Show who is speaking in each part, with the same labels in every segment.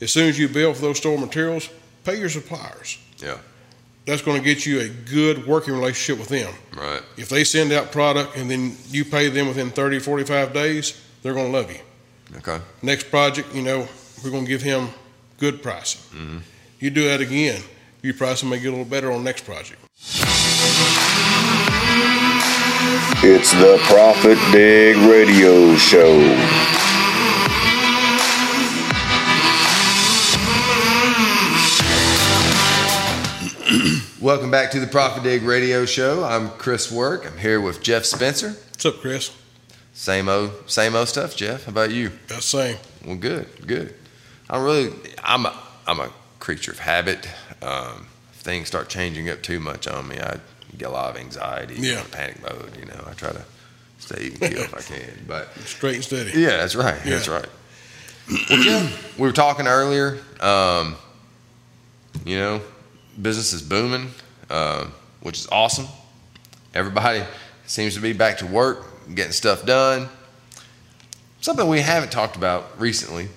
Speaker 1: As soon as you bill for those store materials, pay your suppliers.
Speaker 2: Yeah.
Speaker 1: That's going to get you a good working relationship with them.
Speaker 2: Right.
Speaker 1: If they send out product and then you pay them within 30, 45 days, they're going to love you.
Speaker 2: Okay.
Speaker 1: Next project, you know, we're going to give him good pricing.
Speaker 2: Mhm.
Speaker 1: You do that again, your pricing may get a little better on next project.
Speaker 3: It's the Profit Dig Radio Show.
Speaker 2: Welcome back to the Profit Dig Radio Show. I'm Chris Work. I'm here with Jeff Spencer.
Speaker 1: What's up, Chris?
Speaker 2: Same old, same old stuff, Jeff. How about you?
Speaker 1: That's the same.
Speaker 2: Well, good, good. I'm really, I'm a, I'm a creature of habit. Um, if things start changing up too much on me, I get a lot of anxiety,
Speaker 1: Yeah.
Speaker 2: panic mode. You know, I try to stay even keel if I can. But
Speaker 1: Straight and steady.
Speaker 2: yeah, that's right.
Speaker 1: Yeah.
Speaker 2: That's right. Well, Jim, we were talking earlier. Um, you know, business is booming, um, which is awesome. Everybody seems to be back to work, getting stuff done. Something we haven't talked about recently,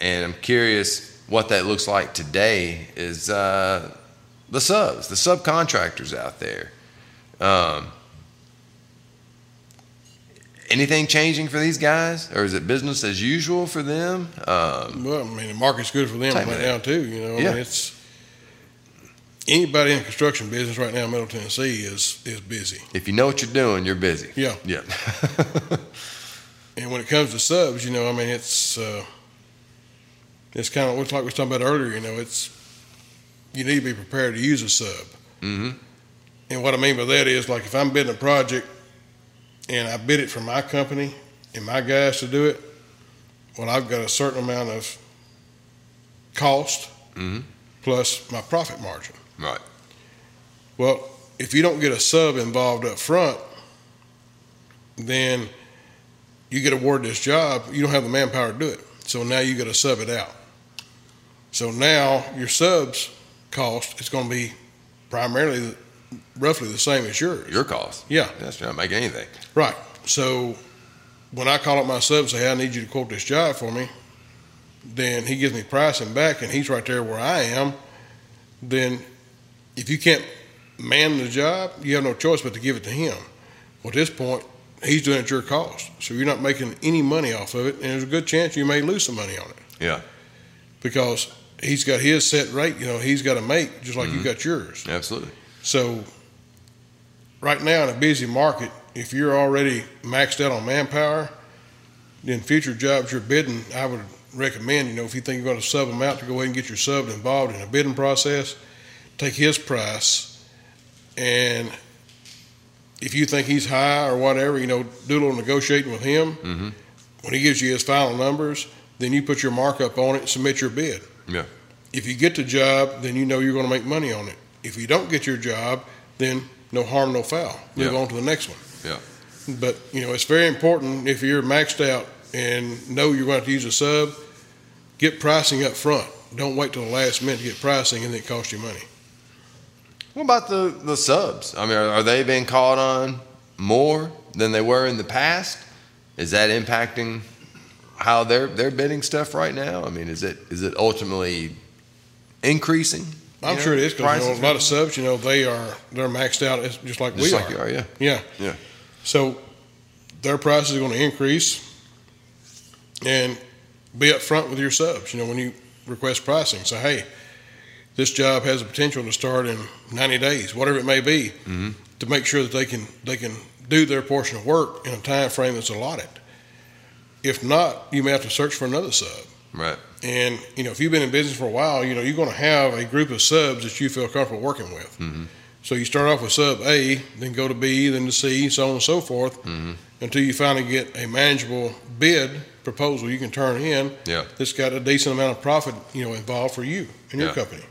Speaker 2: and I'm curious what that looks like today is uh, the subs, the subcontractors out there. Um, anything changing for these guys, or is it business as usual for them? Um,
Speaker 1: Well, I mean, the market's good for them
Speaker 2: Same
Speaker 1: right
Speaker 2: with
Speaker 1: now too. You know, I
Speaker 2: Yeah.
Speaker 1: mean, it's anybody in the construction business right now in Middle Tennessee is is busy.
Speaker 2: if you know what you're doing, you're busy.
Speaker 1: Yeah.
Speaker 2: Yeah.
Speaker 1: And when it comes to subs, you know, I mean, it's uh, it's kind of looks like we were talking about earlier. You know, it's you need to be prepared to use a sub.
Speaker 2: hmm
Speaker 1: And what I mean by that is, like, if I'm bidding a project and I bid it for my company and my guys to do it, well, I've got a certain amount of cost
Speaker 2: hmm
Speaker 1: plus my profit margin.
Speaker 2: Right.
Speaker 1: Well, if you don't get a sub involved up front, then you get awarded this job, you don't have the manpower to do it. So now you got to sub it out. So now your subs cost is going to be primarily roughly the same as yours.
Speaker 2: Your cost.
Speaker 1: Yeah.
Speaker 2: That's not making anything.
Speaker 1: Right. So when I call up my sub and say, "Hey, I need you to quote this job for me, then he gives me pricing back and he's right there where I am. Then if you can't man the job, you have no choice but to give it to him. Well, at this point, he's doing it at your cost. So you're not making any money off of it. And there's a good chance you may lose some money on it.
Speaker 2: Yeah.
Speaker 1: Because he's got his set rate, you know, he's got to make just like
Speaker 2: Mhm.
Speaker 1: you got yours.
Speaker 2: Absolutely.
Speaker 1: So, right now in a busy market, if you're already maxed out on manpower, then future jobs you're bidding, I would recommend, you know, if you think you're going to sub them out, to go ahead and get your sub involved in a bidding process, take his price, and if you think he's high or whatever, you know, do a little negotiating with him.
Speaker 2: hmm
Speaker 1: When he gives you his final numbers, then you put your markup on it and submit your bid.
Speaker 2: Yeah.
Speaker 1: If you get the job, then you know you're going to make money on it. If you don't get your job, then no harm, no foul. Move
Speaker 2: Yeah.
Speaker 1: on to the next one.
Speaker 2: Yeah.
Speaker 1: But you know, it's very important if you're maxed out and know you're going to have to use a sub, get pricing up front. Don't wait till the last minute to get pricing and then it costs you money.
Speaker 2: What about the, the subs? I mean, are, are they being called on more than they were in the past? Is that impacting how they're they're bidding stuff right now? I mean, is it is it ultimately increasing?
Speaker 1: I'm
Speaker 2: You
Speaker 1: sure it
Speaker 2: know,
Speaker 1: is because you know,
Speaker 2: prices
Speaker 1: a lot of subs, you know, they are they're maxed out it's just like
Speaker 2: Just
Speaker 1: we
Speaker 2: like
Speaker 1: are.
Speaker 2: you are, yeah.
Speaker 1: Yeah.
Speaker 2: Yeah.
Speaker 1: So their prices are going to increase and be upfront with your subs. You know, when you request pricing, say, hey, this job has the potential to start in 90 days, whatever it may be,
Speaker 2: Mhm.
Speaker 1: to make sure that they can they can do their portion of work in a time frame that's allotted. If not, you may have to search for another sub.
Speaker 2: Right.
Speaker 1: And you know, if you've been in business for a while, you know you're going to have a group of subs that you feel comfortable working with.
Speaker 2: Mhm.
Speaker 1: So you start off with sub A, then go to B, then to C, so on and so forth,
Speaker 2: Mhm.
Speaker 1: until you finally get a manageable bid proposal you can turn in.
Speaker 2: Yeah.
Speaker 1: That's got a decent amount of profit, you know, involved for you and your
Speaker 2: Yeah.
Speaker 1: company.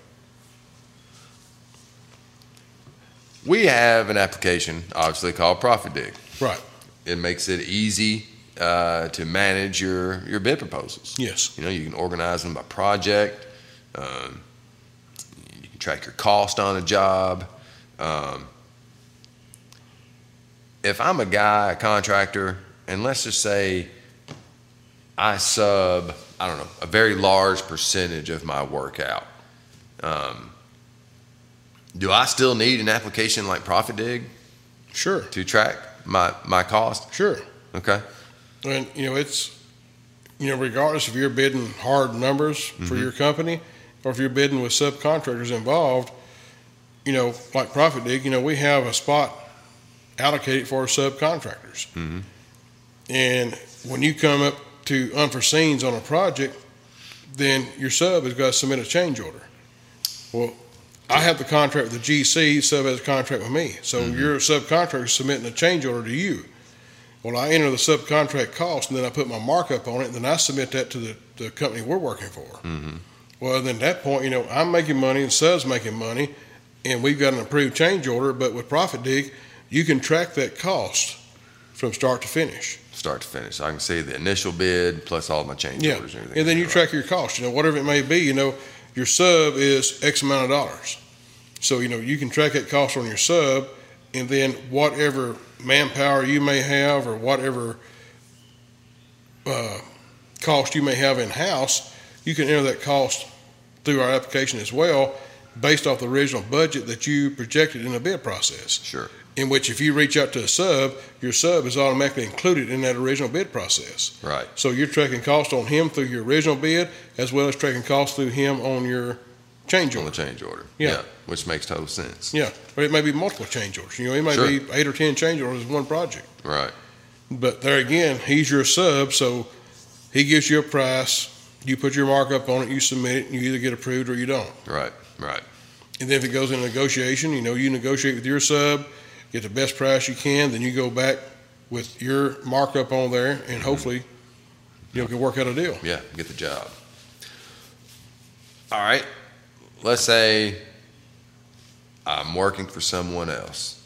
Speaker 2: We have an application, obviously called Profit Dig.
Speaker 1: Right.
Speaker 2: It makes it easy uh, to manage your your bid proposals.
Speaker 1: Yes.
Speaker 2: You know, you can organize them by project. Um, you can track your cost on a job. Um, if I'm a guy, a contractor, and let's just say I sub, I don't know, a very large percentage of my workout. Um, do I still need an application like Profit Dig
Speaker 1: Sure,
Speaker 2: to track my my cost?
Speaker 1: sure.
Speaker 2: Okay.
Speaker 1: And you know, it's you know, regardless if you're bidding hard numbers for your company or if you're bidding with subcontractors involved, you know, like Profit Dig, you know, we have a spot allocated for our subcontractors.
Speaker 2: Mhm.
Speaker 1: And when you come up to unforeseens on a project, then your sub has got to submit a change order. Well, I have the contract with the GC, sub has a contract with me. So your subcontractor is submitting a change order to you. Well, I enter the subcontract cost and then I put my markup on it and then I submit that to the, the company we're working for.
Speaker 2: Mhm.
Speaker 1: Well, then at that point, you know, I'm making money and sub's making money and we've got an approved change order, but with Profit Dig, you can track that cost from start to finish.
Speaker 2: Start to finish. So I can see the initial bid plus all my change
Speaker 1: Yeah.
Speaker 2: orders and everything.
Speaker 1: And then you track your cost, you know, whatever it may be, you know, your sub is X amount of dollars. So, you know, you can track that cost on your sub and then whatever manpower you may have or whatever uh, cost you may have in house, you can enter that cost through our application as well based off the original budget that you projected in the bid process
Speaker 2: Sure.
Speaker 1: in which if you reach out to a sub, your sub is automatically included in that original bid process.
Speaker 2: Right.
Speaker 1: So you're tracking cost on him through your original bid as well as tracking cost through him on your change
Speaker 2: On the
Speaker 1: order.
Speaker 2: change order.
Speaker 1: Yeah.
Speaker 2: Which makes total sense.
Speaker 1: Yeah, or it may be multiple change orders. You know, it may
Speaker 2: Sure.
Speaker 1: be eight or ten change orders in one project.
Speaker 2: Right.
Speaker 1: But there again, he's your sub, so he gives you a price. You put your markup on it, you submit it, and you either get approved or you don't.
Speaker 2: Right. Right.
Speaker 1: And then if it goes into negotiation, you know, you negotiate with your sub, get the best price you can, then you go back with your markup on there and hopefully you know, can work out a deal.
Speaker 2: Yeah. Get the job. All right. Let's say I'm working for someone else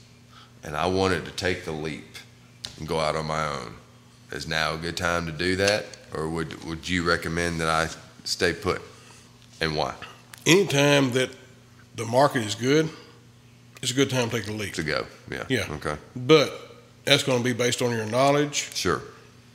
Speaker 2: and I wanted to take the leap and go out on my own. Is now a good time to do that? Or would, would you recommend that I stay put and why?
Speaker 1: Anytime that the market is good, it's a good time to take a leap.
Speaker 2: To go. Yeah.
Speaker 1: Yeah.
Speaker 2: Okay.
Speaker 1: But that's going to be based on your knowledge.
Speaker 2: Sure.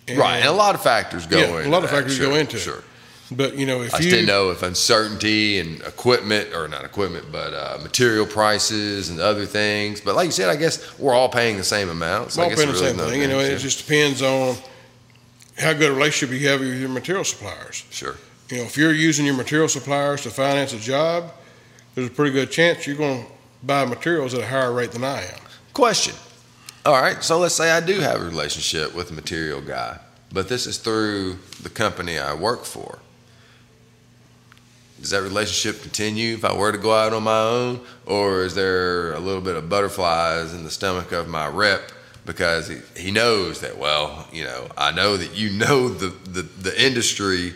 Speaker 2: right. And a lot of factors go
Speaker 1: Yeah,
Speaker 2: into
Speaker 1: a lot of
Speaker 2: that.
Speaker 1: factors
Speaker 2: Sure,
Speaker 1: go into it.
Speaker 2: Sure.
Speaker 1: But, you know, if
Speaker 2: I
Speaker 1: you.
Speaker 2: just didn't know if uncertainty and equipment, or not equipment, but uh, material prices and other things. But like you said, I guess we're all paying the same amount. So
Speaker 1: Well,
Speaker 2: I guess
Speaker 1: pretty
Speaker 2: it
Speaker 1: the
Speaker 2: really
Speaker 1: same
Speaker 2: no
Speaker 1: thing. You know, it
Speaker 2: difference.
Speaker 1: just depends on how good a relationship you have with your material suppliers.
Speaker 2: sure,
Speaker 1: you know, if you're using your material suppliers to finance a job, there's a pretty good chance you're going to buy materials at a higher rate than I am.
Speaker 2: question. All right, so let's say I do have a relationship with a material guy, but this is through the company I work for. Does that relationship continue if I were to go out on my own, or is there a little bit of butterflies in the stomach of my rep because he, he knows that? Well, you know, I know that you know the, the, the industry,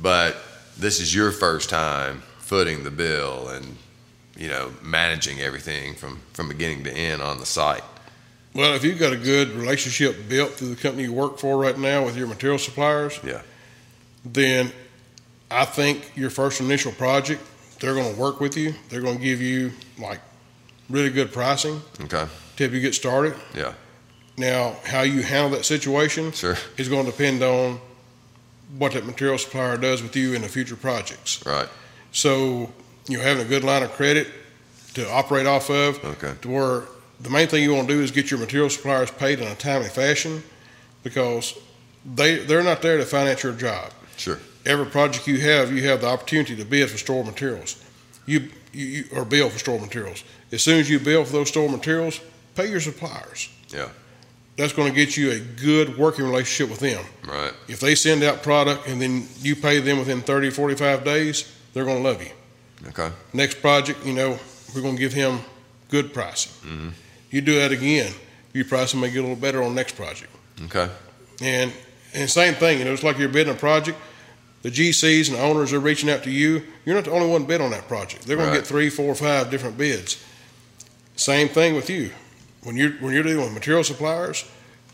Speaker 2: but this is your first time footing the bill and you know managing everything from from beginning to end on the site.
Speaker 1: Well, if you've got a good relationship built through the company you work for right now with your material suppliers,
Speaker 2: Yeah.
Speaker 1: then I think your first initial project, they're going to work with you. They're going to give you like really good pricing
Speaker 2: Okay.
Speaker 1: to help you get started.
Speaker 2: Yeah.
Speaker 1: Now, how you handle that situation
Speaker 2: Sure.
Speaker 1: is going to depend on what that material supplier does with you in the future projects.
Speaker 2: Right.
Speaker 1: So you know, having a good line of credit to operate off of,
Speaker 2: Okay.
Speaker 1: to where the main thing you want to do is get your material suppliers paid in a timely fashion, because they they're not there to finance your job.
Speaker 2: Sure.
Speaker 1: Every project you have, you have the opportunity to bid for stored materials. You, you, you or bill for stored materials. As soon as you bill for those stored materials, pay your suppliers.
Speaker 2: Yeah.
Speaker 1: That's going to get you a good working relationship with them.
Speaker 2: Right.
Speaker 1: If they send out product and then you pay them within 30, 45 days, they're going to love you
Speaker 2: Okay.
Speaker 1: next project, you know, we're going to give him good pricing.
Speaker 2: Mhm.
Speaker 1: You do that again, your pricing may get a little better on the next project.
Speaker 2: Okay.
Speaker 1: And and same thing, you know, it's like you're bidding a project. The GCs and the owners are reaching out to you. You're not the only one bid on that project. They're going
Speaker 2: Right.
Speaker 1: to get three, four, five different bids. Same thing with you. When you're when you're dealing with material suppliers,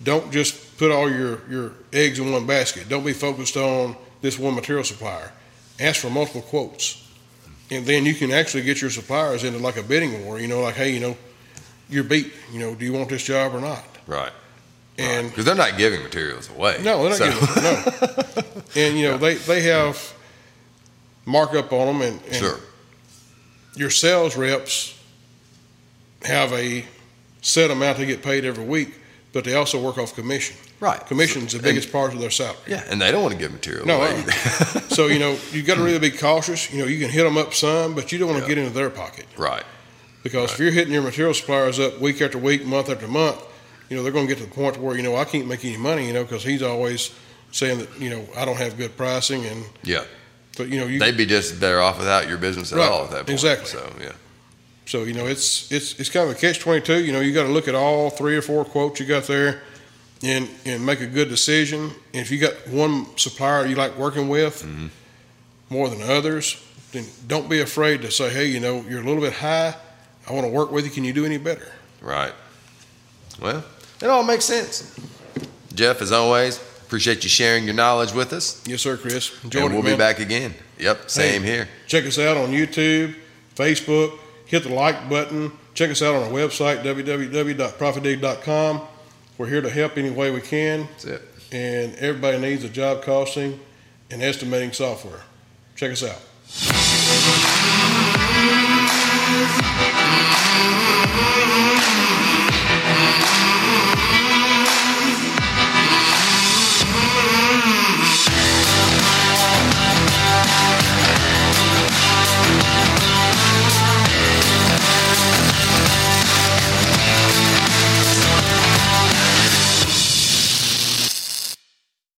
Speaker 1: don't just put all your your eggs in one basket. Don't be focused on this one material supplier. Ask for multiple quotes, and then you can actually get your suppliers into like a bidding war. You know, like hey, you know, you're beat. You know, do you want this job or not?
Speaker 2: Right.
Speaker 1: and
Speaker 2: because they're not giving materials away.
Speaker 1: no, they're not
Speaker 2: So-
Speaker 1: getting no. And you know they they have markup on them, and, and
Speaker 2: sure.
Speaker 1: your sales reps have a set amount they get paid every week, but they also work off commission.
Speaker 2: Right.
Speaker 1: Commission's the
Speaker 2: And-
Speaker 1: biggest part of their salary.
Speaker 2: Yeah, and they don't want to give material
Speaker 1: No,
Speaker 2: away.
Speaker 1: uh-uh.
Speaker 2: either.
Speaker 1: So you know you got to really be cautious. You know you can hit them up some, but you don't want to
Speaker 2: Yeah.
Speaker 1: get into their pocket
Speaker 2: right.
Speaker 1: because if
Speaker 2: Right.
Speaker 1: you're hitting your material suppliers up week after week, month after month, you know they're going to get to the point where you know I can't make any money. You know because he's always saying that you know I don't have good pricing and
Speaker 2: Yeah.
Speaker 1: but you know you
Speaker 2: They'd be just better off without your business at
Speaker 1: Right,
Speaker 2: all at that point.
Speaker 1: exactly.
Speaker 2: So yeah.
Speaker 1: So you know, it's it's it's kind of a catch twenty two. You know, you got to look at all three or four quotes you got there, and and make a good decision. And if you got one supplier you like working with
Speaker 2: Mhm.
Speaker 1: more than others, then don't be afraid to say, hey, you know, you're a little bit high. I want to work with you. Can you do any better?
Speaker 2: Right. Well, it all makes sense. Jeff, as always, appreciate you sharing your knowledge with us.
Speaker 1: Yes, sir, Chris.
Speaker 2: and
Speaker 1: Enjoyed it,
Speaker 2: we'll be
Speaker 1: man.
Speaker 2: back again. Yep, same here.
Speaker 1: Check us out on YouTube, Facebook. Hit the like button. Check us out on our website www.profitdig.com. We're here to help any way we can.
Speaker 2: That's it.
Speaker 1: and everybody needs a job costing and estimating software. Check us out.